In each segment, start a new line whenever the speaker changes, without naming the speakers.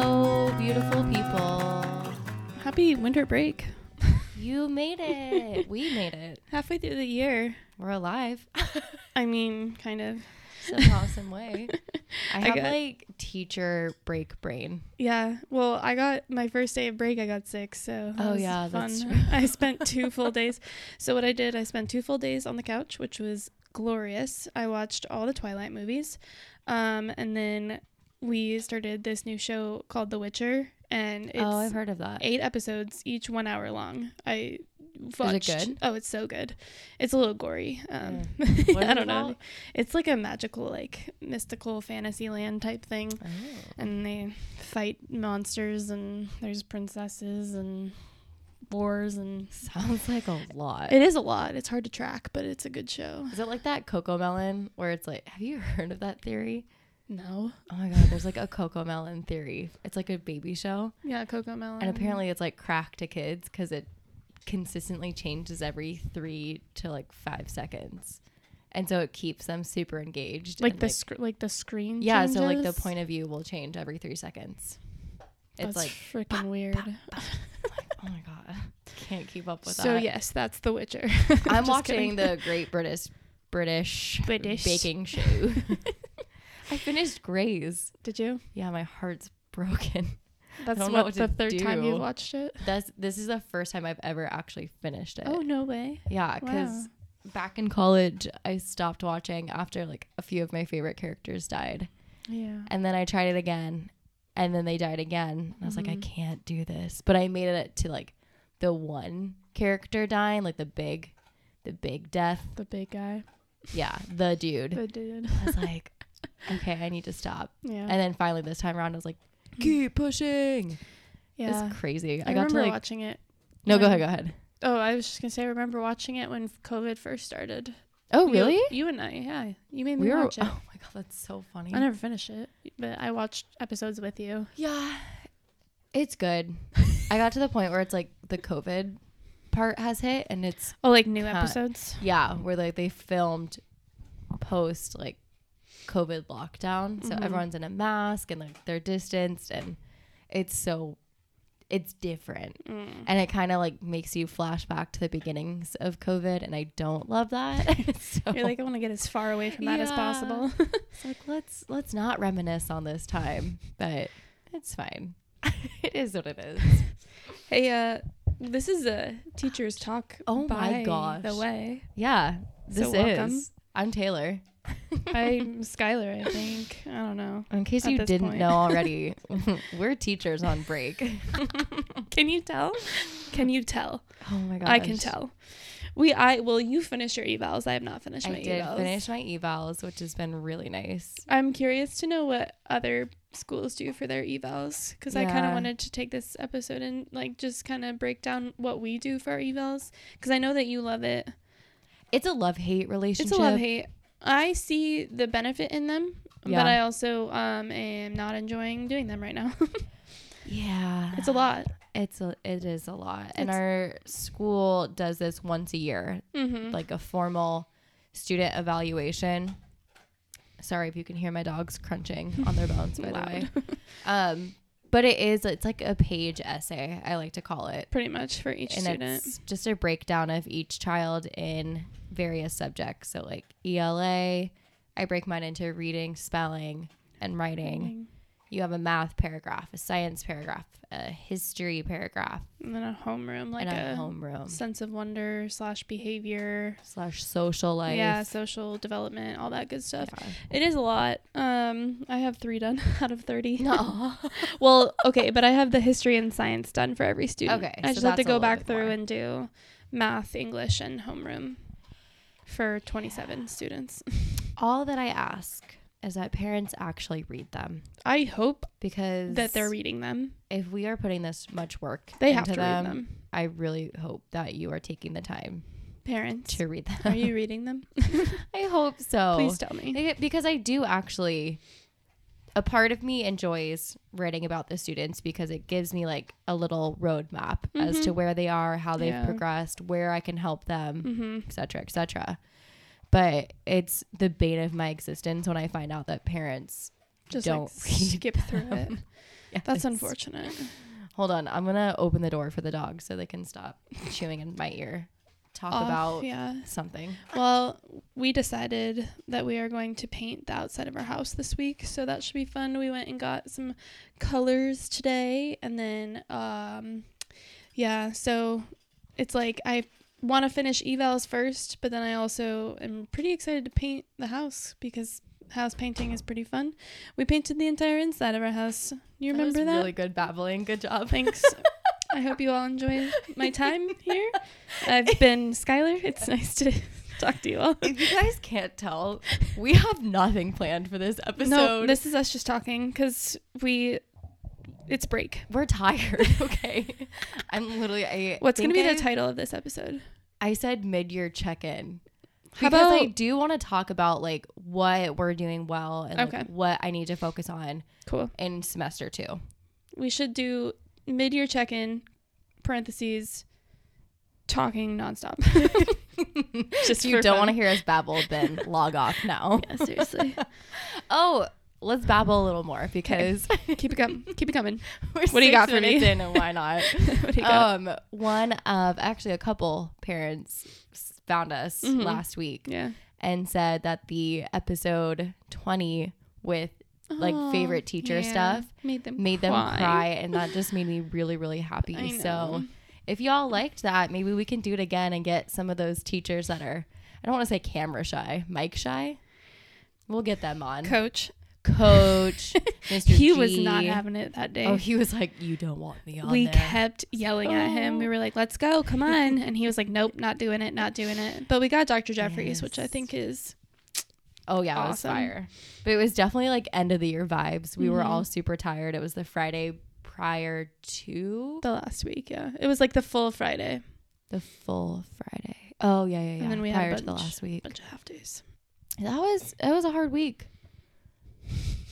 Oh,
Happy winter break.
You made it. we made it.
Halfway through the year.
We're alive
I mean, kind of.
somehow, some way. I
I
have
got-
like teacher break brain.
Yeah. Well, I got my first day of break, I got sick. So, that
Oh,
was
yeah,
fun.
that's
I spent two full days. So, what I did, I spent two full days on the couch, which was glorious. I watched all the Twilight movies. Um, and then we started this new show called The Witcher. And it's
oh, I've heard of that.
eight episodes, each one hour long. I watched.
good? Mm.
Oh, it's so good. It's a little gory. Um,
What is
I
it
don't know.
about?
It's like a magical, like mystical fantasy land type thing,
Oh.
and they fight monsters, and there's princesses and wars, and
Sounds like a lot.
it is a lot. It's hard to track, but it's a good show.
Is it like that cocoa melon where it's like, have you heard of that theory?
No,
Oh my god, there's like a cocoa melon theory. It's like a baby show,
yeah, Coco Melon.
and apparently it's like crack to kids because it consistently changes every three to like five seconds, and so it keeps them super engaged.
like
and,
the sc- like the screen.
yeah, so like the
changes?
point of view will change every three seconds. It's
That's
like
freaking weird.
oh my god, can't keep up with
So
that.
yes, that's The Witcher.
I'm
Just kidding.
watching the Great British British
British.
baking show. I finished Grays.
Did you?
Yeah, my heart's broken.
That's
don't
what,
know what
the
to
third time
do.
you've watched it.
That's this is the first time I've ever actually finished it.
Oh no way!
yeah, because back in college, I stopped watching after like a few of my favorite characters died,
Yeah.
and then I tried it again, and then they died again. And I was
Mm-hmm.
like, I can't do this, but I made it to like the one character dying, like the big, the big death.
The big guy,
Yeah, the dude.
the dude.
I was like, okay, I need to stop.
Yeah. Mm-hmm.
And then finally, this time around, I was like, keep pushing.
yeah.
It's crazy. I,
I,
got to
remember
like,
watching it.
no, go ahead,
when-
go ahead.
Oh, I was just gonna say, I remember watching it when COVID first started.
Oh,
You-
really?
You, and I, yeah. You made me
we were
watch it.
oh my god that's so funny
I never finished it, but I watched episodes with you.
yeah it's good i got to the point where it's like the covid part has hit and it's
Oh, like new
Huh.
episodes.
yeah where like they filmed post like covid lockdown so
Mhm.
everyone's in a mask and like they're distanced and it's so it's different
Mm.
and it kind of like makes you flash back to the beginnings of covid and i don't love that so
You're like, I want to get as far away from that as
Yeah.
possible.
It's like let's let's not reminisce on this time, but it's fine. it is what it is.
hey, uh, this is a teacher's talk.
Oh my
by
gosh.
The way
Yeah, this
So welcome.
is. I'm Taylor.
I'm Skylar, I think. I don't know.
In case
At
you
this
didn't
point.
know already, we're teachers on break.
Can you tell? Can you tell?
Oh my gosh.
I can tell. We I well you finish your evals. I have not finished
I
my
did
evals.
finish my evals, which has been really nice.
I'm curious to know what other schools do for their evals because I kind of
Yeah.
wanted to take this episode and like just kind of break down what we do for our evals because I know that you love it.
It's a love hate relationship.
It's a love hate. I see the benefit in them,
Yeah.
but I also um am not enjoying doing them right now.
Yeah,
it's a lot.
It's a it is a lot, and
It's-
our school does this once a year.
Mm-hmm.
like a formal student evaluation. Sorry if you can hear my dogs crunching on their bones, by the way. Um, but it is, it's like a page essay, I like to call it.
Pretty much for each
And
student.
it's just a breakdown of each child in various subjects. So, like ELA, I break mine into reading, spelling, and writing. You have a math paragraph, a science paragraph, a history paragraph,
And then a homeroom, like
and a,
a
homeroom
sense of wonder slash behavior
slash social life.
yeah social development all that good stuff
Yeah.
it is a lot um i have three done out of 30
No.
well okay but i have the history and science done for every student
Okay,
i
so
just have to
that's a
go
little
back
bit
through
more.
and do math english and homeroom for 27 students
All that I ask is that parents actually read them
i hope
because
that they're reading them
if we are putting this much work
they
into
have to
them,
read them
I really hope that you are taking the time
parents
to read them.
are you reading them
I hope so.
please tell me
Beca- Because I do actually a part of me enjoys writing about the students because it gives me like a little roadmap as to where they are, how they've
Mm-hmm. Yeah.
progressed, where I can help them.
mm-hmm.
et cetera, et cetera. But it's the bane of my existence when I find out that parents
just
don't
like,
read
skip through it
Yes.
that's unfortunate
Hold on, I'm gonna open the door for the dog so they can stop chewing in my ear. Talk
off.
about
Oh, yeah.
something.
Well, we decided that we are going to paint the outside of our house this week, so that should be fun. We went and got some colors today, and then, um, yeah, so it's like I want to finish evals first, but then I also am pretty excited to paint the house because house painting is pretty fun. We painted the entire inside of our house. You remember that?
was Really good babbling. Good job.
Thanks. I hope you all enjoy my time here. I've been Skylar. It's nice to talk to you all.
If you guys can't tell, we have nothing planned for this episode.
No, this is us just talking because we. It's break.
We're tired. Okay, I'm literally. I
What's going to
think
be the
I-
title of this episode?
I said mid-year check-in.
How
Because I
about-
do want to talk about like what we're doing well and like,
Okay.
what I need to focus on
Cool.
in semester two.
We should do mid year check in, parentheses, talking nonstop.
Just
Just
if you
for
don't
fun.
want to hear us babble, then log off now.
yeah, seriously.
Oh, let's babble a little more because
keep it coming. Keep it coming.
we're
What do you got
six
for me?
minutes in and why not?
What do you got?
um, one of actually a couple parents s- found us
Mhm.
last week
yeah.
and said that the episode 20 with like
Aw,
favorite teacher
yeah.
stuff
made them
made them
cry.
cry and that just made me really really happy
I
so
know.
if y'all liked that maybe we can do it again and get some of those teachers that are i don't want to say camera shy mic shy we'll get them on
Coach,
coach mr
he was
G.
not having it that day.
oh he was like you don't want me on
we
there
kept yelling at him. We were like, "Let's go, come on!" And he was like, "Nope, not doing it, not doing it." But we got Dr. Jeffries, which I
Yes.
think is
oh yeah it was
Awesome.
fire but it was definitely like end of the year vibes we were
Mhm.
all super tired it was the friday prior to
the last week. Yeah, it was like the full Friday,
the full friday oh yeah yeah yeah
then we had a
prior to the
bunch-
last week
bunch of half days.
That was that was a hard week,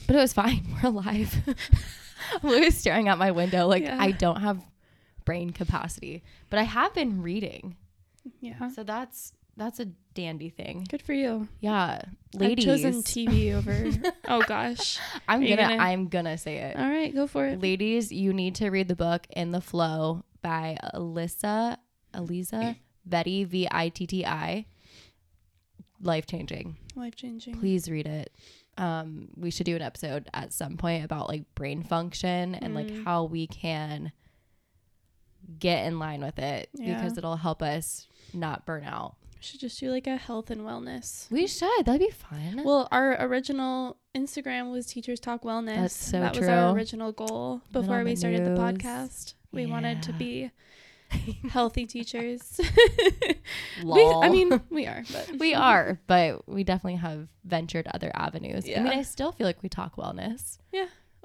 but it was fine. We're alive. I'm literally staring out my window like
Yeah.
I don't have brain capacity, but I have been reading,
Yeah,
so that's that's a dandy thing.
good for you,
Yeah, ladies,
I've chosen TV over. oh gosh.
I'm
Are you
gonna,
gonna-
I'm gonna say it.
All right, go for it.
Ladies, you need to read the book In the Flow by Alyssa Aliza Vetti V I T T I. Life changing.
Life changing.
please read it um we should do an episode at some point about like brain function and like
Mm.
how we can get in line with it because
Yeah.
it'll help us not burn out
Should just do like a health and wellness.
we should that'd be fun
Well, our original Instagram was Teachers Talk Wellness.
That's so
that was our
true.
original goal
Been
before
on the
we started
news.
the podcast. We wanted to
Yeah.
be healthy teachers. We,
Lol.
I mean, we are, but
we are but we definitely have ventured other avenues i mean
Yeah.
i still feel like we talk wellness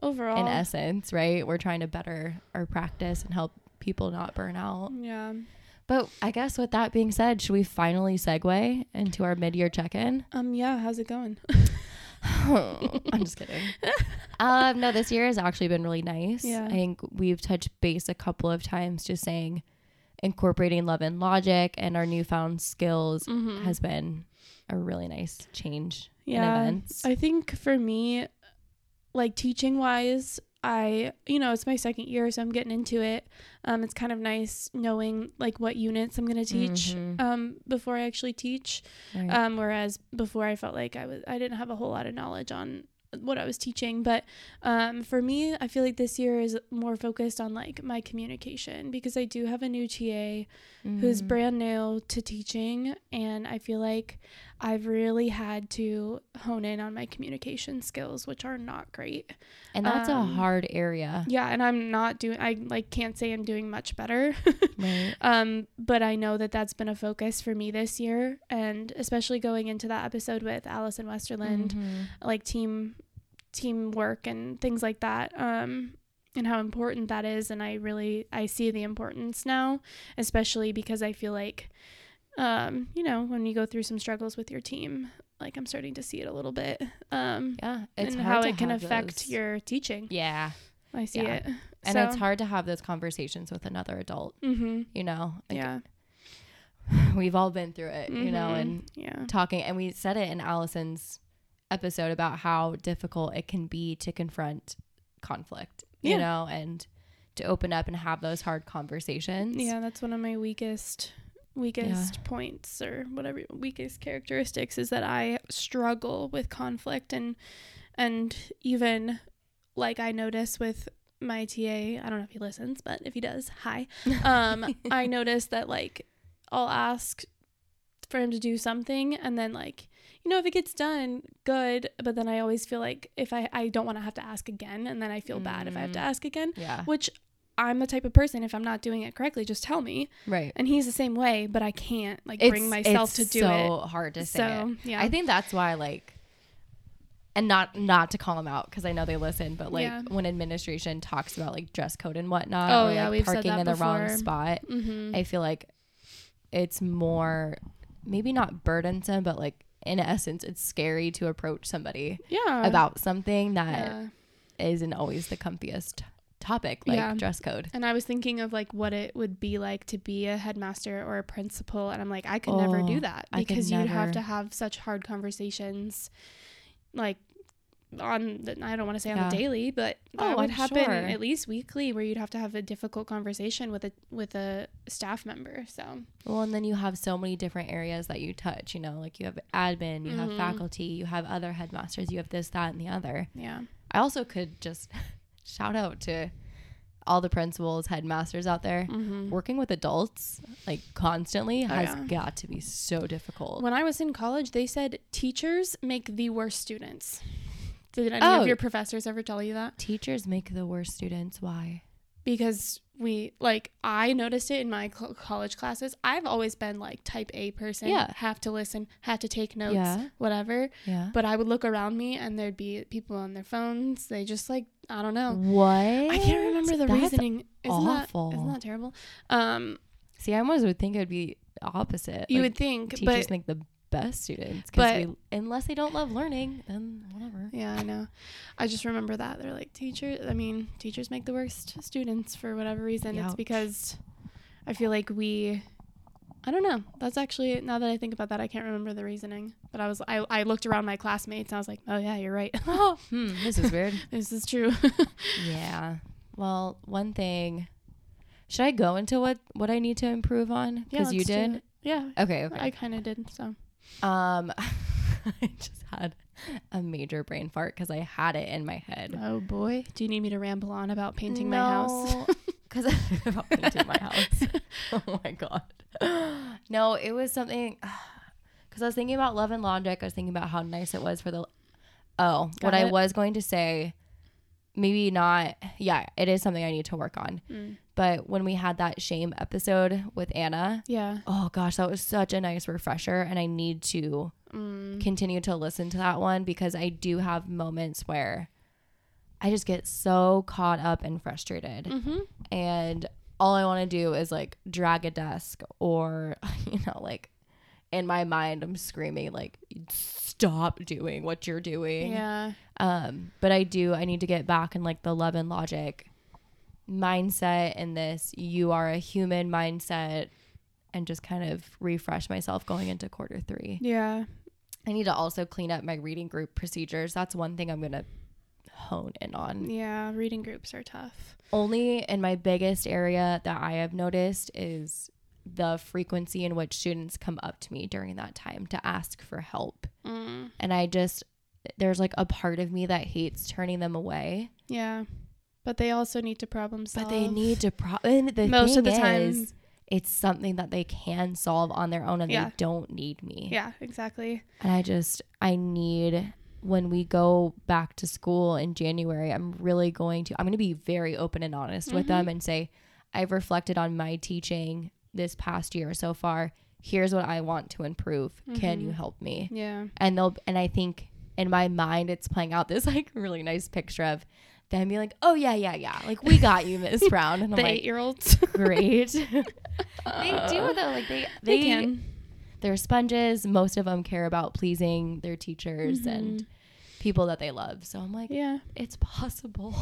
overall,
in essence right we're trying to better our practice and help people not burn out
yeah.
but i guess with that being said should we finally segue into our mid-year check-in
Um, yeah. How's it going?
I'm just kidding. um, no, this year has actually been really nice.
Yeah.
I think we've touched base a couple of times just saying incorporating love and logic and our newfound skills
Mm-hmm.
has been a really nice change in
Yeah,
events.
I think for me, like teaching wise, I you know it's my second year, so I'm getting into it. Um, it's kind of nice knowing like what units I'm gonna teach.
Mhm.
Um, before I actually teach,
Right.
um, whereas before I felt like I was I didn't have a whole lot of knowledge on what I was teaching. But um, for me, I feel like this year is more focused on like my communication because I do have a new TA who's
Mhm.
brand new to teaching, and I feel like I've really had to hone in on my communication skills, which are not great.
and that's a
um,
hard area.
Yeah, and I'm not doing. I like can't say I'm doing much better.
Right.
Um, but I know that that's been a focus for me this year, and especially going into that episode with Allison Westerland,
Mhm.
like team teamwork and things like that. Um, and how important that is, and I really I see the importance now, especially because I feel like, um, you know, when you go through some struggles with your team, like I'm starting to see it a little bit. Um,
Yeah. It's
and
hard
how
to
it can
have
affect
those-
your teaching.
Yeah.
I see
Yeah.
it,
And
So-
it's hard to have those conversations with another adult,
Mhm.
you know? Like,
yeah,
We've all been through it, you know,
Mhm.
and
yeah,
talking and we said it in Allison's episode about how difficult it can be to confront conflict, you
Yeah.
know, and to open up and have those hard conversations.
Yeah, that's one of my weakest weakest points or whatever weakest characteristics is that I struggle with conflict and and even like I notice with my TA, I don't know if he listens, but if he does, hi. Um I notice that like I'll ask for him to do something and then like you know if it gets done good but then i always feel like if i i don't want to have to ask again and then i feel bad if i have to ask again
Yeah.
which I'm the type of person if I'm not doing it correctly, just tell me.
Right.
And he's the same way, but I can't like bring myself to do
so hard to say.
So,
it.
yeah.
I think that's why like and not not to call them out because I know they listen, but like
Yeah.
when administration talks about like dress code and whatnot,
Oh,
or
yeah,
like
we've said
parking
that
in the wrong
before.
spot,
it. Mm-hmm.
I feel like it's more maybe not burdensome, but like in essence, it's scary to approach somebody
Yeah. uh,
about something that
Uh-huh. Yeah.
not always the comfiest topic, like
Yeah.
dress code.
And I was thinking of like what it would be like to be a headmaster or a principal, and I'm like, I could never
Oh,
do that
I could
because you'd have
never.
to have such hard conversations, like on the, I don't want to say on
Yeah.
the daily, but
Oh,
that would
I'm
happen
sure.
at least weekly, where you'd have to have a difficult conversation with a with a staff member. So
Well, and then you have so many different areas that you touch, you know, like you have admin, you
Mm-hmm.
have faculty, you have other headmasters, you have this, that, and the other.
yeah,
I also could just shout out to all the principals, headmasters out there. Working with adults like constantly has
Mm-hmm. Oh, yeah.
got to be so difficult.
when I was in college, they said teachers make the worst students. Did any
Oh.
of your professors ever tell you that?
Teachers make the worst students. Why?
because we like I noticed it in my cl- college classes. I've always been like type A person.
Yeah.
have to listen, have to take notes,
Yeah.
whatever.
Yeah.
But I would look around me and there'd be people on their phones. They just like I don't know.
What?
um, I can't remember the
That's-
reasoning. Isn't
awful.
that isn't that terrible? Um,
See, I almost would think it would be the opposite.
you
like,
would think,
teachers
but
make the best students, 'cause
but-
we- unless they don't love learning, then whatever.
yeah, I know. I just remember that they're like teacher. I mean, teachers make the worst students for whatever reason. It's
Ouch.
because I feel like we. I don't know. That's actually now that I think about that, I can't remember the reasoning. But I was I, I looked around my classmates and I was like, oh yeah, you're right.
Hmm, this is weird.
this is true.
yeah. Well, one thing. Should I go into what what I need to improve on?
yeah,
Because you
let's do
did.
it. Yeah,
Okay. Okay.
I kind of did. So
um, I just had a major brain fart because I had it in my head.
oh boy, do you need me to ramble on about painting my house?
Because I about painting my house. Oh my god. No, it was something. Because I was thinking about love and logic. I was thinking about how nice it was for the. Oh, what
Got
I
it.
was going to say. Maybe not. Yeah, it is something I need to work on. But when we had that shame episode with Anna,
Yeah.
oh gosh, that was such a nice refresher. And I need to
Mm.
continue to listen to that one because I do have moments where I just get so caught up and frustrated.
Mm-hmm.
And all I want to do is like drag a desk or, you know, like in my mind, I'm screaming, like, stop doing what you're doing.
Yeah.
Um, but I do, I need to get back in like the love and logic mindset and this you are a human mindset and just kind of refresh myself going into quarter three.
Yeah.
I need to also clean up my reading group procedures. That's one thing I'm going to hone in on.
Yeah. Reading groups are tough.
Only in my biggest area that I have noticed is the frequency in which students come up to me during that time to ask for help.
Mm.
And I just, there's like a part of me that hates turning them away,
Yeah. But they also need to problem solve.
but they need to, pro- and the
Oh. Most
thing
of the time-
is, it's something that they can solve on their own and
Yeah.
they don't need me.
Yeah, exactly.
And I just, I need when we go back to school in January, I'm really going to, I'm going to be very open and honest with them and say, I've reflected on my teaching this past year so far. Here's what I want to improve. Can you help me?
Yeah.
And they'll, and I think in my mind, it's playing out this like really nice picture of them being like, oh, yeah, yeah, yeah. Like, we got you, Miss Brown. And
The
I'm
eight
like,
year olds.
great. they do, though. Like, they,
they can.
they're sponges. Most of them care about pleasing their teachers and people that they love. So I'm like,
Mm-hmm. Yeah.
it's possible.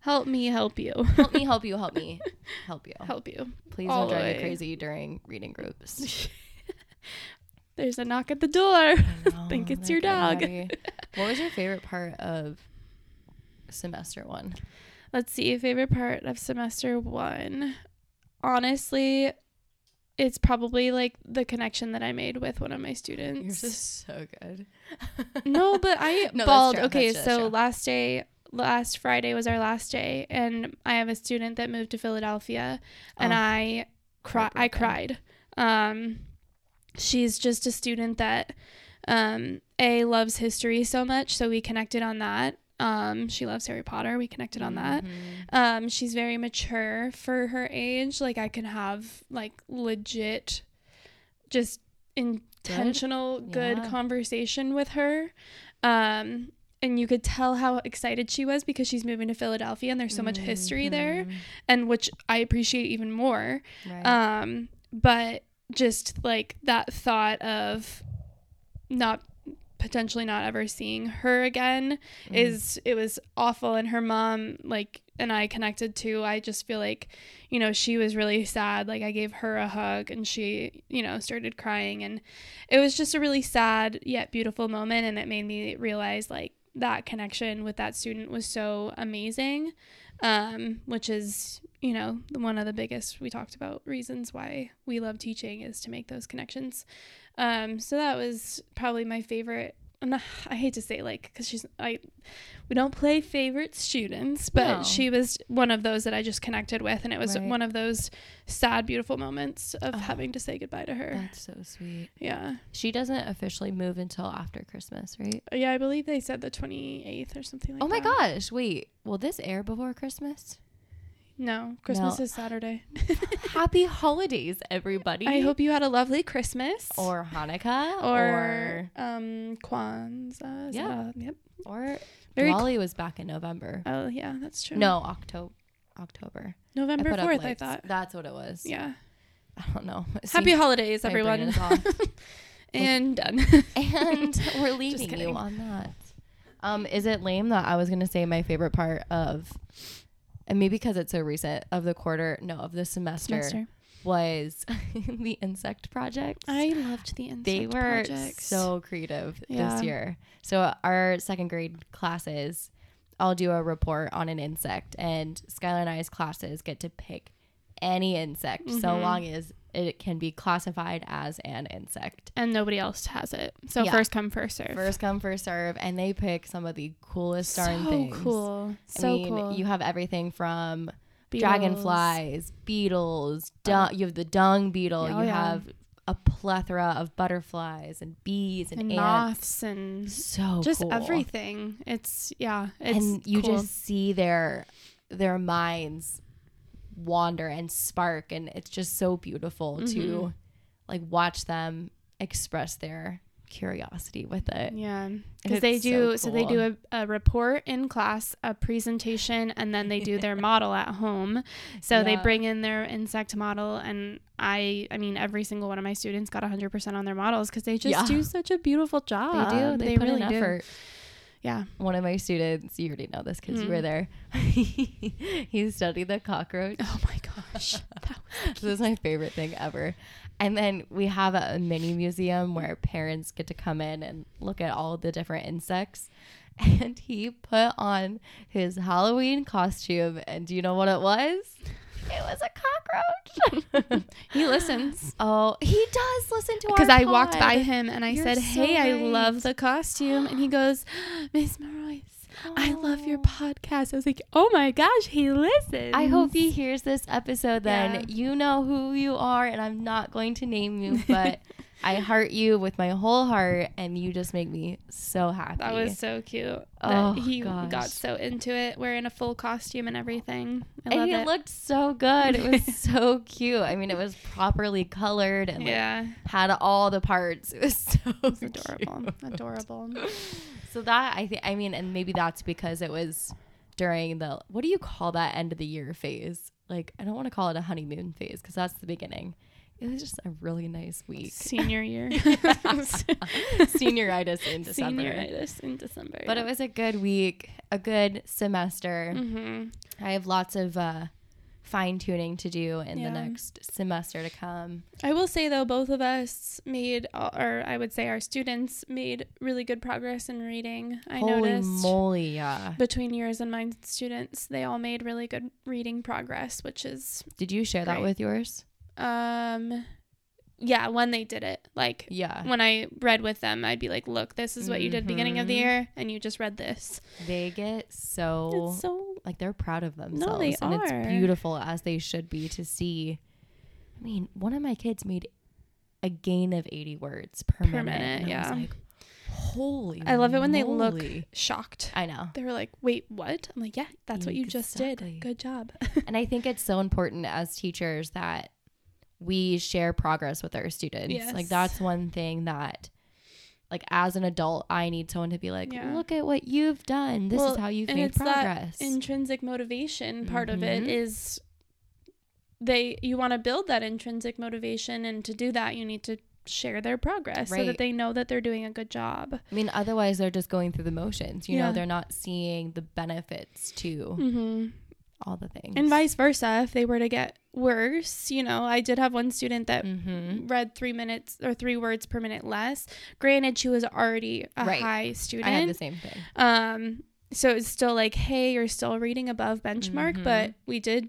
Help me help you.
help me, help you, help me, help you.
help you.
Please don't
all the
drive me
way.
crazy during reading groups.
There's a knock at the door.
No,
Think it's
they're getting
your dog.
ready. what was your favorite part of semester one?
Let's see. Favorite part of semester one? Honestly, it's probably like the connection that I made with one of my students.
Yours is so good.
no, but I
No, that's
balled.
true.
Okay,
That's true, that's
so
true.
last day, last Friday was our last day, and I have a student that moved to Philadelphia, and
Oh.
I cry. I
Heartbroken.
cried. Um, she's just a student that, um, a loves history so much, so we connected on that. Um, she loves Harry Potter. We connected on that.
Mhm.
Um, she's very mature for her age. Like I can have like legit, just intentional good,
Yeah.
conversation with her. Um, and you could tell how excited she was because she's moving to Philadelphia and there's so much history there,
Mhm.
and which I appreciate even more.
Right.
Um, but just like that thought of not potentially not ever seeing her again
Mhm.
is it was awful and her mom like and I connected too. I just feel like, you know, she was really sad. Like I gave her a hug and she, you know, started crying and it was just a really sad yet beautiful moment and it made me realize like that connection with that student was so amazing. Um, which is, you know, one of the biggest we talked about reasons why we love teaching is to make those connections. Um, so that was probably my favorite. I'm not, I hate to say like because she's I we don't play favorite students, but
No.
she was one of those that I just connected with, and it was
Right.
one of those sad, beautiful moments of
Oh.
having to say goodbye to her.
That's so sweet.
Yeah, Uh,
She doesn't officially move until after Christmas, right?
yeah, I believe they said the 28th or something like.
oh my
that.
gosh! Wait, will this air before Christmas?
No, Christmas
No.
is Saturday.
Happy holidays, everybody!
I hope you had a lovely Christmas.
or Hanukkah
or,
or
um Kwanzaa. is that
Yeah.
a- yep.
or,
Very. cl-
Wally was back in November.
oh yeah, that's true.
No, October. October. I
November
put up
fourth. I
lights.
thought.
that's what it was.
Yeah.
I don't know. It
Happy
seems-
holidays,
my brain
everyone.
is off.
And done.
and we're leaving you
kidding.
on that. Um, is it lame that I was gonna say my favorite part of, and maybe because it's so recent of the quarter, no, of the semester, was the insect project.
I loved the insect
they were
projects.
so creative
Yeah.
this year. So our second grade classes, I'll do a report on an insect, and Skylar and I's classes get to pick any insect so
Mm-hmm.
long as it can be classified as an insect.
and nobody else has it. So
Yeah.
first come, first serve.
first come first serve and they pick some of the coolest darn
so
things
cool. So
i mean
cool.
you have everything from
Beetles. Uh,
dragonflies beetles dung, you have the dung beetle
Oh,
you
yeah.
have a plethora of butterflies and bees and,
and
ants
moths and
so
just
cool.
everything. It's yeah. It's
and you
cool.
just see their their minds wander and spark and it's just so beautiful
Mm-hmm.
to like watch them express their curiosity with it
yeah because they
it's so
do so, they do
cool.
a, a report in class a presentation and then they do their model at home so they
Yeah.
bring in their insect model and i i mean every single one of my students got 100% on their models because they just
Yeah.
do such a beautiful job
they do they, put
really
in
do.
effort
yeah
one of my students, you already know this because you were
Mm.
there. he studied the cockroach.
oh my gosh that
This is my favorite thing ever. And then we have a, a mini museum where parents get to come in and look at all the different insects. And he put on his Halloween costume, and do you know what it was? It was a cockroach.
He listens.
oh, he does listen to our.
Because I walked by
pod.
him and I
You're
said,
so
Hey, I
right.
love the costume. And he goes, Miss Marois, I love your
Oh.
podcast. I was like, Oh my gosh, he listens.
I hope he hears this episode then.
Yeah.
You know who you are, and I'm not going to name you, but I heart you with my whole heart, and you just make me so happy.
That was so cute.
Oh,
that he
gosh.
got so into it, wearing a full costume and everything. I
and
love
he
it.
looked so good. It was so cute. I mean, it was properly colored and like,
yeah,
had all the parts. It was so
it's adorable,
cute.
adorable.
So that I think I mean, and maybe that's because it was during the what do you call that end of the year phase? Like I don't want to call it a honeymoon phase because that's the beginning. It was just a really nice week.
Senior year,
Senioritis in December.
senioritis in December.
But it was a good week, a good semester.
hmm
I have lots of uh, fine tuning to do in
Yeah.
the next semester to come.
I will say though, both of us made, uh, or I would say our students made really good progress in reading. I
Holy
noticed
moly, yeah.
between yours and mine students, they all made really good reading progress, which is,
Did you share that
Great.
with yours?
um, yeah, when they did it, like
Yeah.
when I read with them, I'd be like, look, this is what you did beginning of the
Mhm.
year, and you just read this.
They get so
Mm. It's so
like they're proud of themselves
they
and
are.
it's beautiful as they should be to see i mean one of my kids made a gain of 80 words per, minute,
Per minute,
and I was
yeah.
like, holy
I love it when they look
moly.
shocked.
i know
They were like, wait, what? I'm like, yeah, that's what you just
Exactly.
did. Good job.
and i think it's so important as teachers that we share progress with our students like
Yes.
that's one thing that like as an adult i need someone to be like
Yeah.
look at what you've done this
Well,
is how you've
and
made
it's that
progress
intrinsic motivation part of it
Mhm.
is they you want to build that intrinsic motivation and to do that you need to share their progress so
Right.
that they know that they're doing a good job
I mean, otherwise they're just going through the motions. You
Yeah.
know, they're not seeing the benefits to
mm-hmm.
all the things.
and vice versa if they were to get worse you know i did have one student that
mm-hmm.
read three minutes or three words per minute less granted she was already a
Right.
high student
I had the same thing.
Um, so it's still like, hey, you're still reading above benchmark,
Mhm.
but we did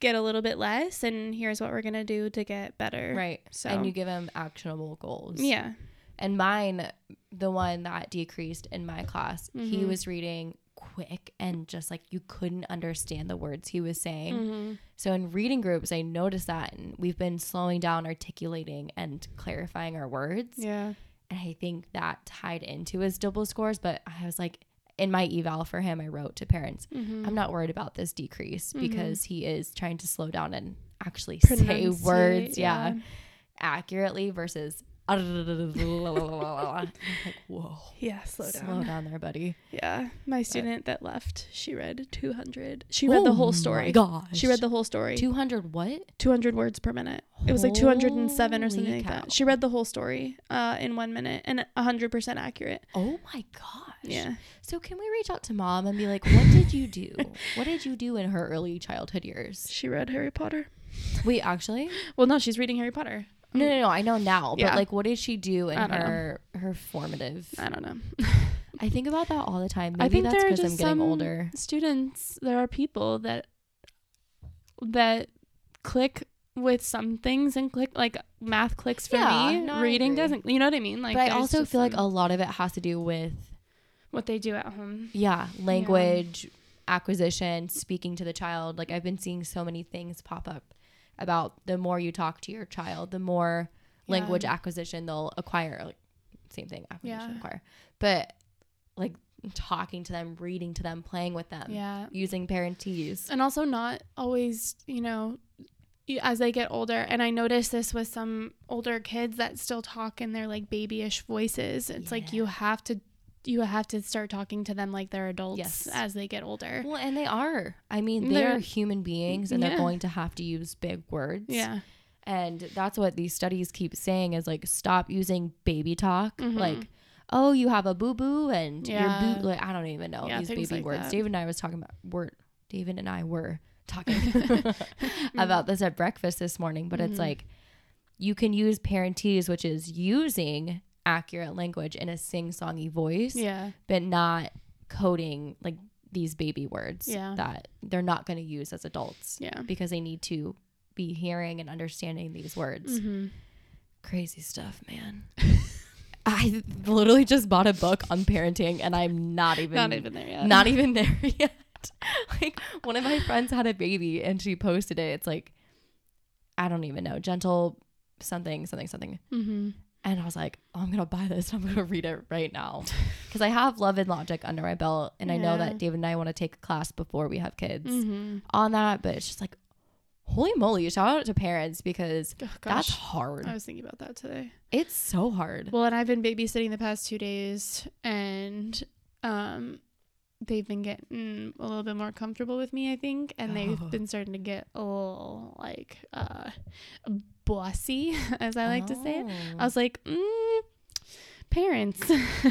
get a little bit less, and here's what we're gonna do to get better.
Right.
So-
and you give them actionable goals.
Yeah.
And mine, the one that decreased in my class, he
Mhm.
was reading quick and just like you couldn't understand the words he was saying.
Mm-hmm.
So in reading groups, I noticed that and we've been slowing down, articulating, and clarifying our words.
Yeah.
and I think that tied into his double scores. But I was like, in my eval for him, I wrote to parents,
Mm-hmm.
I'm not worried about this decrease because he is trying to slow down and actually say
Pronunciate,
words, yeah,
yeah.
accurately versus. I'm like, whoa,
Yeah. Slow down.
slow down there, buddy.
Yeah. My student that left, she read 200. She read the whole story.
God,
She read the whole story.
Oh two hundred what?
200 words per minute. It was like 207 or something
Holy
like
cow.
that. She read the whole story uh, in one minute and 100% accurate.
Oh my gosh.
Yeah.
So can we reach out to mom and be like, what did you do? what did you do in her early childhood years?
She read Harry Potter.
Wait, actually,
Well, no, she's reading Harry Potter.
No, no, no. I know now, but
Yeah.
like, what did she do in
I don't know.
her her formative?
I don't know.
I think about that all the time.
I
Maybe
think
that's
there are
because I'm
just
getting
some-
older.
students there are people that that click with some things and click like math clicks for
Yeah,
me
no, I
reading
agree.
doesn't you know what i mean like
but I
there's
also
just
feel like
some-
a lot of it has to do with
what they do at home
yeah, language acquisition, speaking to the child. Like I've been seeing so many things pop up about the more you talk to your child, the more
Yeah.
language acquisition they'll acquire. Like, same thing, acquisition
Yeah.
acquire, but like talking to them, reading to them, playing with them,
yeah
using parentese.
and also not always you know y- as they get older and i notice this with some older kids that still talk in their like babyish voices it's like
Yeah.
you have to you have to start talking to them like they're adults
Yes.
as they get older
Well, and they are. I mean, they
They're-
are human beings and
Yeah.
they're going to have to use big words.
yeah
And that's what these studies keep saying is like stop using baby talk.
Mhm.
Like, oh, you have a boo boo and your
Yeah.
boo like I don't even know
Yeah,
these
things
baby
like
words.
that.
David and I was talking about word David and I were talking about this at breakfast this morning, but
Mm-hmm.
it's like you can use parentese, which is using accurate language in a sing songy voice
yeah
but not coding like these baby words
Yeah.
that they're not going to use as adults
yeah
because they need to be hearing and understanding these words.
mm-hmm.
Crazy stuff, man. I literally just bought a book on parenting and I'm not even
not even there yet
not even there yet. like one of my friends had a baby and she posted it. It's like I don't even know. Gentle something something something.
mm-hmm.
And I was like, oh, I'm going to buy this. I'm going to read it right now. Because I have Love and Logic under my belt. And I know
Yeah.
that David and I want to take a class before we have kids
Mm-hmm.
on that. But it's just like, holy moly, shout out to parents because
Oh,
that's
gosh.
hard.
I was thinking about that today.
it's so hard.
Well, and I've been babysitting the past two days, and um, they've been getting a little bit more comfortable with me, I think, and they've
Oh.
been starting to get a little like uh,
Oh.
bossy, as I like to say it. I was like, mm, parents,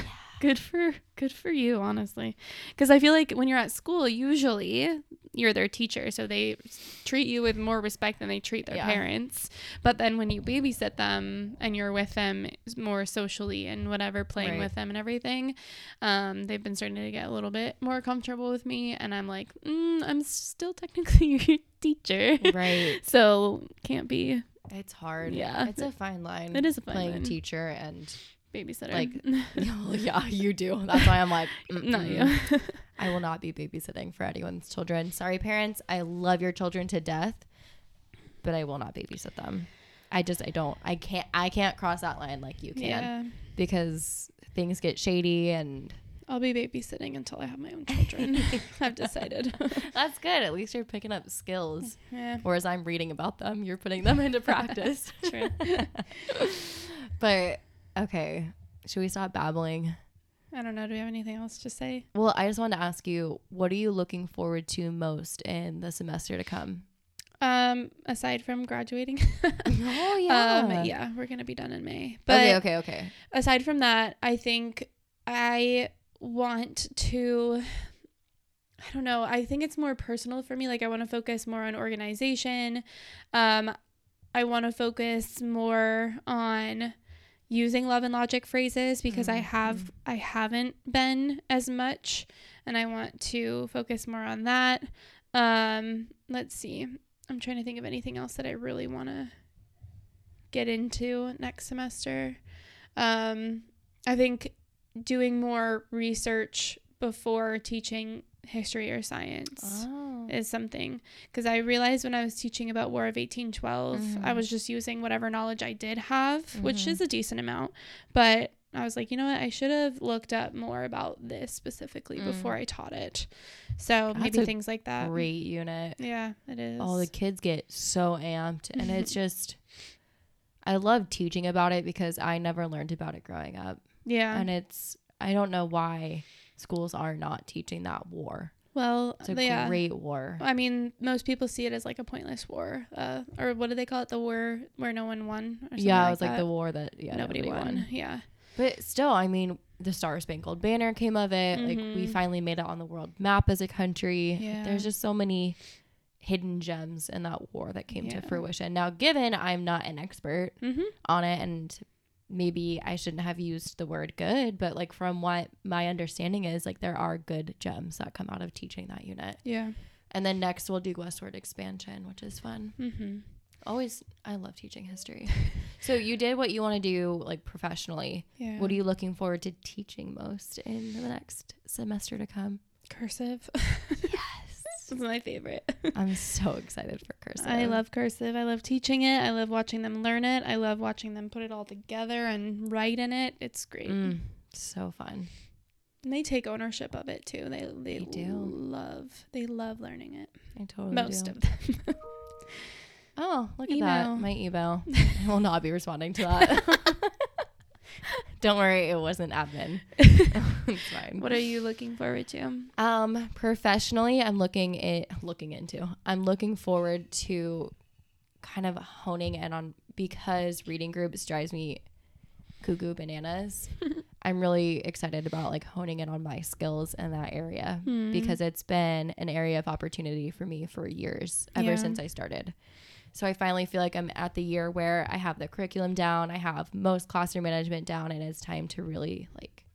good for good for you honestly because i feel like when you're at school usually you're their teacher so they treat you with more respect than they treat their
Yeah.
parents but then when you babysit them and you're with them more socially and whatever playing
Right.
with them and everything um, they've been starting to get a little bit more comfortable with me and i'm like mm, i'm still technically your teacher
right.
so can't be
It's hard.
Yeah.
It's a fine line.
It is a fine
playing
line.
teacher and
babysitter
Like- Well, yeah, you do. That's why I'm like,
not
mm-mm.
you
I will not be babysitting for anyone's children. Sorry, parents. I love your children to death, but I will not babysit them. I just, I don't, I can't, I can't cross that line like you can
yeah
because things get shady and
I'll be babysitting until I have my own children. I've decided.
that's good. At least you're picking up skills.
yeah,
Whereas I'm reading about them, you're putting them into practice.
true.
but okay, should we stop babbling?
I don't know. Do we have anything else to say?
Well, I just wanted to ask you, what are you looking forward to most in the semester to come?
Um, aside from graduating,
Oh
um, yeah, we're gonna be done in May. But
Okay, okay, okay.
aside from that, I think I want to I don't know, I think it's more personal for me. Like I want to focus more on organization. Um I want to focus more on using love and logic phrases because I have I haven't been as much and I want to focus more on that. Um let's see. I'm trying to think of anything else that I really want to get into next semester. Um, I think doing more research before teaching history or science
Oh.
is something because I realized when I was teaching about War of 1812, I
Mhm.
was just using whatever knowledge I did have, which
Mhm.
is a decent amount, but I was like, you know what? I should have looked up more about this specifically
Mm.
before I taught it. So
That's
maybe
a
things like that.
Great unit.
yeah, it is.
All the kids get so amped, and it's just, I love teaching about it because I never learned about it growing up,
yeah.
and it's I don't know why schools are not teaching that war.
well,
It's a
yeah.
great war.
I mean, most people see it as like a pointless war, uh, or what do they call it? The war where no one won. Or something
Yeah,
like
it was like
that.
the war that yeah
nobody, won. Yeah,
But still, I mean, the Star Spangled Banner came of it. Like we
Mhm.
finally made it on the world map as a country.
Yeah.
There's just so many hidden gems in that war that came
Yeah.
to fruition. Now, given I'm not an expert
hmm
on it and maybe I shouldn't have used the word good, but like from what my understanding is, like there are good gems that come out of teaching that unit.
yeah,
And then next we'll do westward expansion, which is fun.
hmm
Always I love teaching history. so you did what you want to do like professionally.
yeah.
What are you looking forward to teaching most in the next semester to come?
cursive? yes, it's my favorite.
I'm so excited for cursive.
I love cursive. I love teaching it. I love watching them learn it. I love watching them put it all together and write in it. It's great.
Mm, so fun.
And they take ownership of it too. They they
They do.
love they love learning it.
I totally
most
do.
of them.
Oh, look at
Email.
that. My email. I will not be responding to that. Don't worry, it wasn't admin. it's fine.
what are you looking forward to?
Um, professionally, I'm looking it looking into. I'm looking forward to kind of honing in on because reading groups drives me cuckoo bananas. I'm really excited about like honing in on my skills in that area
Hmm.
because it's been an area of opportunity for me for years ever
Yeah.
since I started. So I finally feel like I'm at the year where I have the curriculum down, I have most classroom management down, and it's time to really like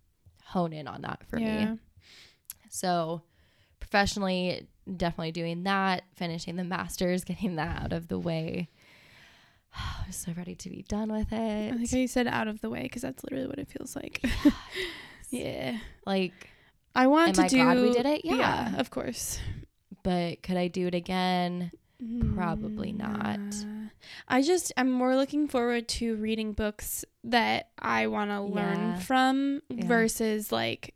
hone in on that for me.
yeah.
So, professionally, definitely doing that, finishing the master's, getting that out of the way. I'm so ready to be done with
I like
it.
how you said out of the way because that's literally what it feels like. yeah.
Like,
I want
am
to
I
do.
glad we did it?
Yeah,
Yeah.
of course.
But could I do it again? Probably not.
Mm, Nah. I just I'm more looking forward to reading books that I want to learn
Yeah.
from
Yeah.
versus like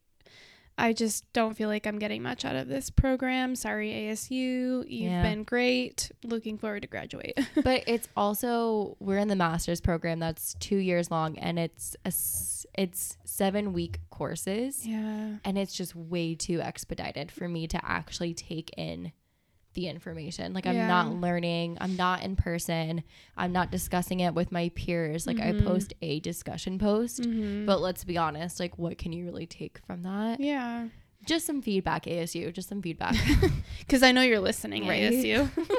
I just don't feel like I'm getting much out of this program. Sorry ASU, you've
Yeah.
been great. Looking forward to graduate.
but it's also we're in the master's program that's two years long, and it's a s- it's seven week courses.
yeah.
and it's just way too expedited for me to actually take in the information. Like
Yeah.
I'm not learning. I'm not in person. I'm not discussing it with my peers. Like
Mm-hmm.
I post a discussion post, but let's be honest, like what can you really take from that?
Yeah.
Just some feedback ASU, just some feedback.
Because I know you're listening,
Right.
right? ASU.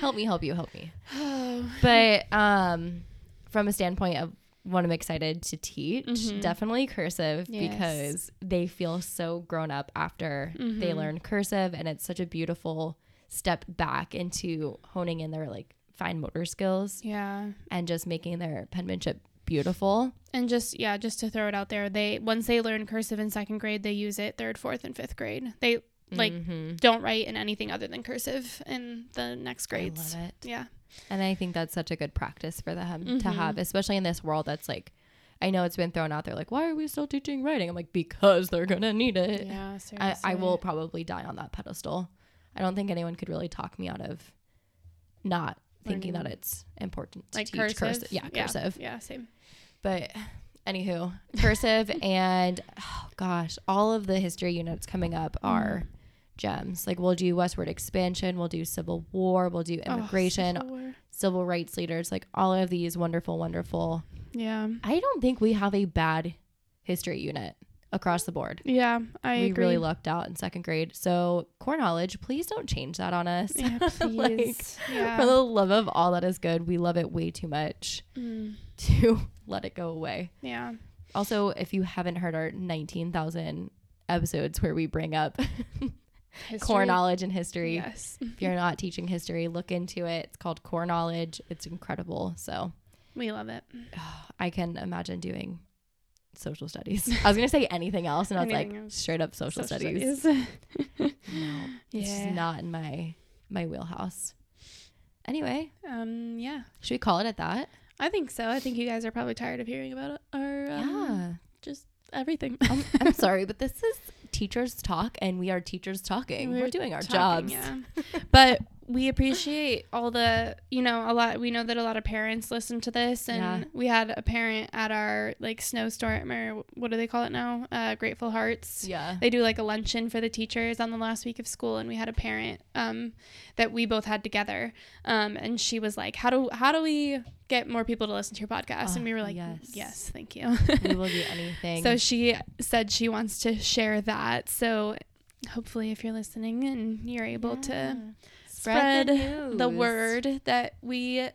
help me, help you, help me.
oh,
But um from a standpoint of what I'm excited to teach,
Mhm.
definitely cursive
Yes.
because they feel so grown up after they
Mhm.
learn cursive and it's such a beautiful step back into honing in their like fine motor skills
yeah.
and just making their penmanship beautiful.
And just yeah, just to throw it out there, they once they learn cursive in second grade, they use it third, fourth, and fifth grade. They like
Mhm.
don't write in anything other than cursive in the next grades.
I love it. Mm-hmm.
Yeah.
And I think that's such a good practice for them to
Mhm.
have, especially in this world that's like, I know it's been thrown out there like, why are we still teaching writing? I'm like, because they're going to need it.
Yeah.
Uh, I, I will probably die on that pedestal. I don't think anyone could really talk me out of not thinking that
Learning-
it's important to
like
teach
cursive.
cursive. Yeah, cursive.
Yeah, same.
But anywho, cursive and oh gosh, all of the history units coming up are gems. Like we'll do westward expansion, we'll do civil war, we'll do
Oh,
immigration, civil rights leaders, like all of these wonderful, wonderful.
yeah.
I don't think we have a bad history unit across the board.
Yeah, I
we
agree.
really lucked out in second grade. So, core knowledge, please don't change that on us.
yeah,
Like,
please. yeah.
For the love of all that is good, we love it way too much
Mm,
to let it go away.
yeah.
Also, if you haven't heard our 19,000 episodes where we bring up core
History,
knowledge and history,
Yes.
if you're not teaching history, look into it. It's called Core Knowledge. It's incredible. So,
We love it.
I can imagine doing social studies. I was going to say anything else, and I was like,
Anything else.
straight up social, studies. No, it's just
Yeah.
not in my my wheelhouse. Anyway,
Um, yeah.
should we call it at that?
I think so. I think you guys are probably tired of hearing about our um,
yeah.
just everything.
I'm, I'm sorry, but this is teachers talk, and we are teachers talking. We're,
We're
doing our
talking,
jobs.
Yeah. but we appreciate all the, you know, a lot. We know that a lot of parents listen to this, and
Yeah.
we had a parent at our like snowstorm or what do they call it now? Uh, Grateful Hearts.
Yeah.
They do like a luncheon for the teachers on the last week of school, and we had a parent um, that we both had together, um, and she was like, "How do how do we get more people to listen to your podcast?"
Oh,
and we were like,
yes.
"Yes, thank you."
we will do anything.
So she said she wants to share that. So hopefully, if you're listening and you're able
Yeah.
to spread, the,
news.
word that we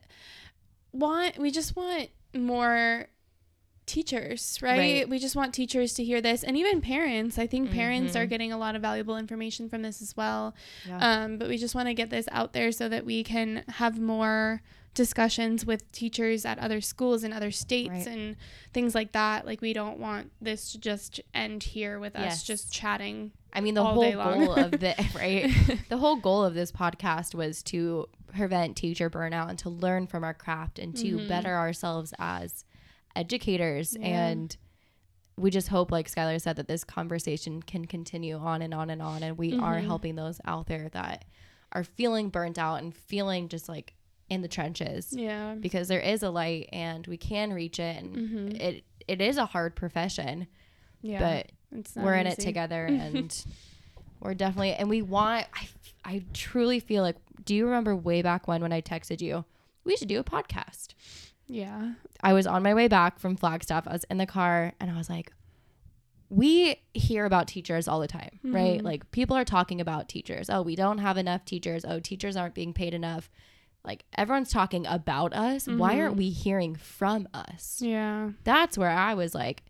want, we just want more teachers, right?
Right.
We just want teachers to hear this and even parents. I think parents are
Mhm.
getting a lot of valuable information from this as well.
Yeah.
Um, but we just want to get this out there so that we can have more discussions with teachers at other schools in other states
Right.
and things like that. Like we don't want this to just end here with
Yes.
us just chatting.
I mean, the
all
whole
day long.
goal of the right, the whole goal of this podcast was to prevent teacher burnout and to learn from our craft and to
Mhm.
better ourselves as educators.
Yeah.
And we just hope, like Skylar said, that this conversation can continue on and on and on. And we are
Mhm.
helping those out there that are feeling burnt out and feeling just like in the trenches
Yeah.
because there is a light and we can reach it. And
Mhm.
it it is a hard profession,
Yeah.
but
It's not
we're in it
easy.
together and we're definitely and we want I, I truly feel like do you remember way back when when i texted you we should do a podcast
Yeah.
i was on my way back from flagstaff i was in the car and i was like we hear about teachers all the time right
Mhm.
like people are talking about teachers oh we don't have enough teachers oh teachers aren't being paid enough like everyone's talking about us why
Mm-hmm.
aren't we hearing from us
Yeah.
that's where I was like,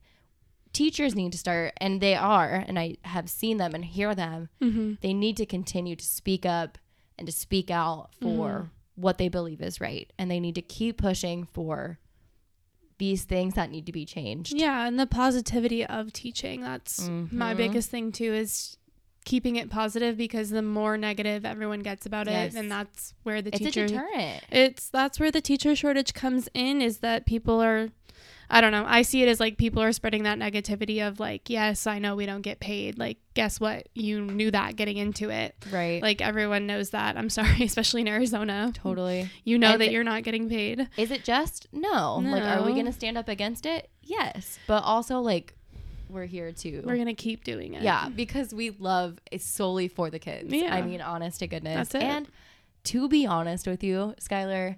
teachers need to start, and they are, and I have seen them and hear them.
Mm-hmm.
They need to continue to speak up and to speak out for what they believe is right, and they need to keep pushing for these things that need to be changed.
Yeah, and the positivity of teaching. That's my
Mhm.
biggest thing too is keeping it positive because the more negative everyone gets about
Yes.
it, and that's where the
it's
teacher
a deterrent.
it's that's where the teacher shortage comes in is that people are I don't know. I see it as like people are spreading that negativity of like, yes, I know we don't get paid. Like, guess what? You knew that getting into it.
Right.
Like everyone knows that. I'm sorry, especially in Arizona.
totally.
You know
And-
that you're not getting paid.
Is it just? No. Like, are we
No.
going to stand up against it? Yes. But also, like, we're here to
We're gonna keep doing it.
yeah, because we love is solely for the kids.
Yeah.
I mean, honest to goodness.
That's it.
And to be honest with you, Skylar,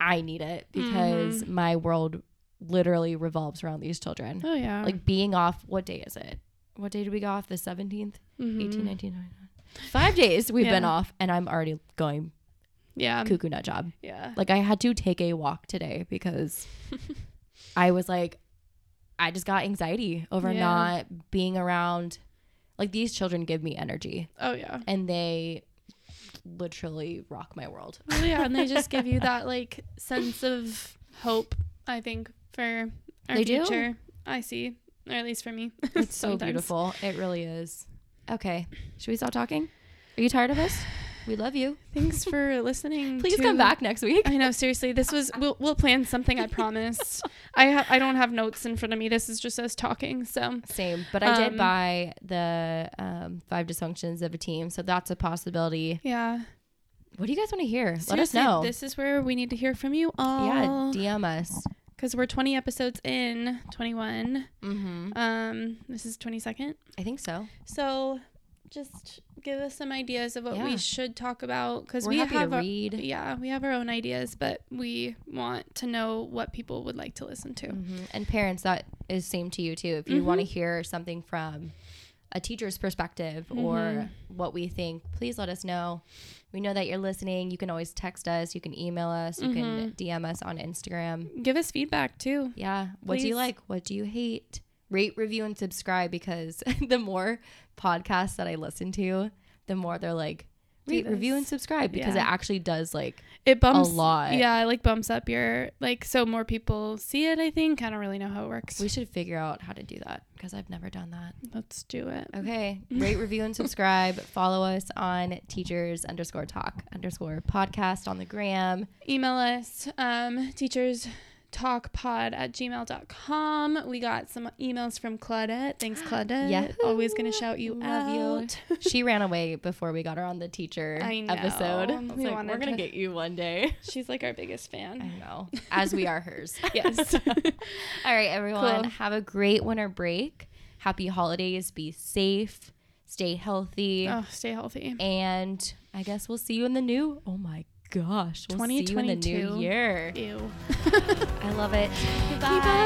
I need it because my world literally revolves around these children.
Mm-hmm. Oh yeah.
Like being off, what day is it? What day did we go off? The 17th? 18, 19, 19. Five days we've been
Mm-hmm. Yeah. Um,
off, and I'm already going
yeah.
cuckoo nut job.
Yeah.
Like, I had to take a walk today because I was like, I just got anxiety over
Yeah.
not being around. Like, these children give me energy,
Oh yeah.
and they literally rock my world.
Well, yeah, and they just give you that like sense of hope. I think for our
They do.
future. I see, or at least for me.
It's so
Sometimes.
beautiful. It really is. Okay. Should we stop talking? Are you tired of us? We love you.
Thanks for listening.
Please
to-
come back next week.
I know, seriously. This was we'll, we'll plan something. I promise. I ha- I don't have notes in front of me. This is just us talking. So
Same, but I
Um,
did buy the um, five dysfunctions of a team, so that's a possibility.
yeah,
What do you guys want to hear? Let us
Seriously,
know.
This is where we need to hear from you all.
yeah, DM us.
because we're 20 episodes in, 21.
Mm-hmm.
Um, this is 22nd.
I think so.
So just give us some ideas of what
Yeah.
we should talk about because
We're
we
happy to
have our,
read.
yeah we have our own ideas, but we want to know what people would like to listen to.
Mhm. And parents, that is same to you too. If you
Mm-hmm.
want to hear something from a teacher's perspective or
Mm-hmm.
what we think, please let us know. We know that you're listening. You can always text us. You can email us. You
Mm-hmm.
can DM us on Instagram.
Give us feedback too.
Yeah. What do you
Please.
like? What do you hate? Rate, review, and subscribe because the more podcasts that I listen to, the more they're like,
Do
rate, review,
this.
and subscribe because
Yeah.
it actually does like
It bumps
lot.
Yeah, it like bumps up your like so more people see it. I think I don't really know how it works.
we should figure out how to do that because I've never done that.
Let's do it.
Okay. Rate, review, and subscribe. Follow us on teachers underscore talk underscore podcast on the gram.
Email us um, teachers talkpod at gmail.com we got some emails from claudette thanks claudette
Yahoo.
always gonna shout you
Love you.
out
She ran away before we got her on the teacher
I know.
episode. I was
We
like,
wanted
we're going to
to-
get you one day.
she's like our biggest
I
fan
know. As we are hers.
yes
All right, everyone.
Cool.
Have a great winter break. Happy holidays. Be safe. Stay healthy.
oh stay healthy
And I guess we'll see you in the new. Oh my gosh. We'll see you in the
2022.
new year.
ew
I love it. Goodbye.
Goodbye.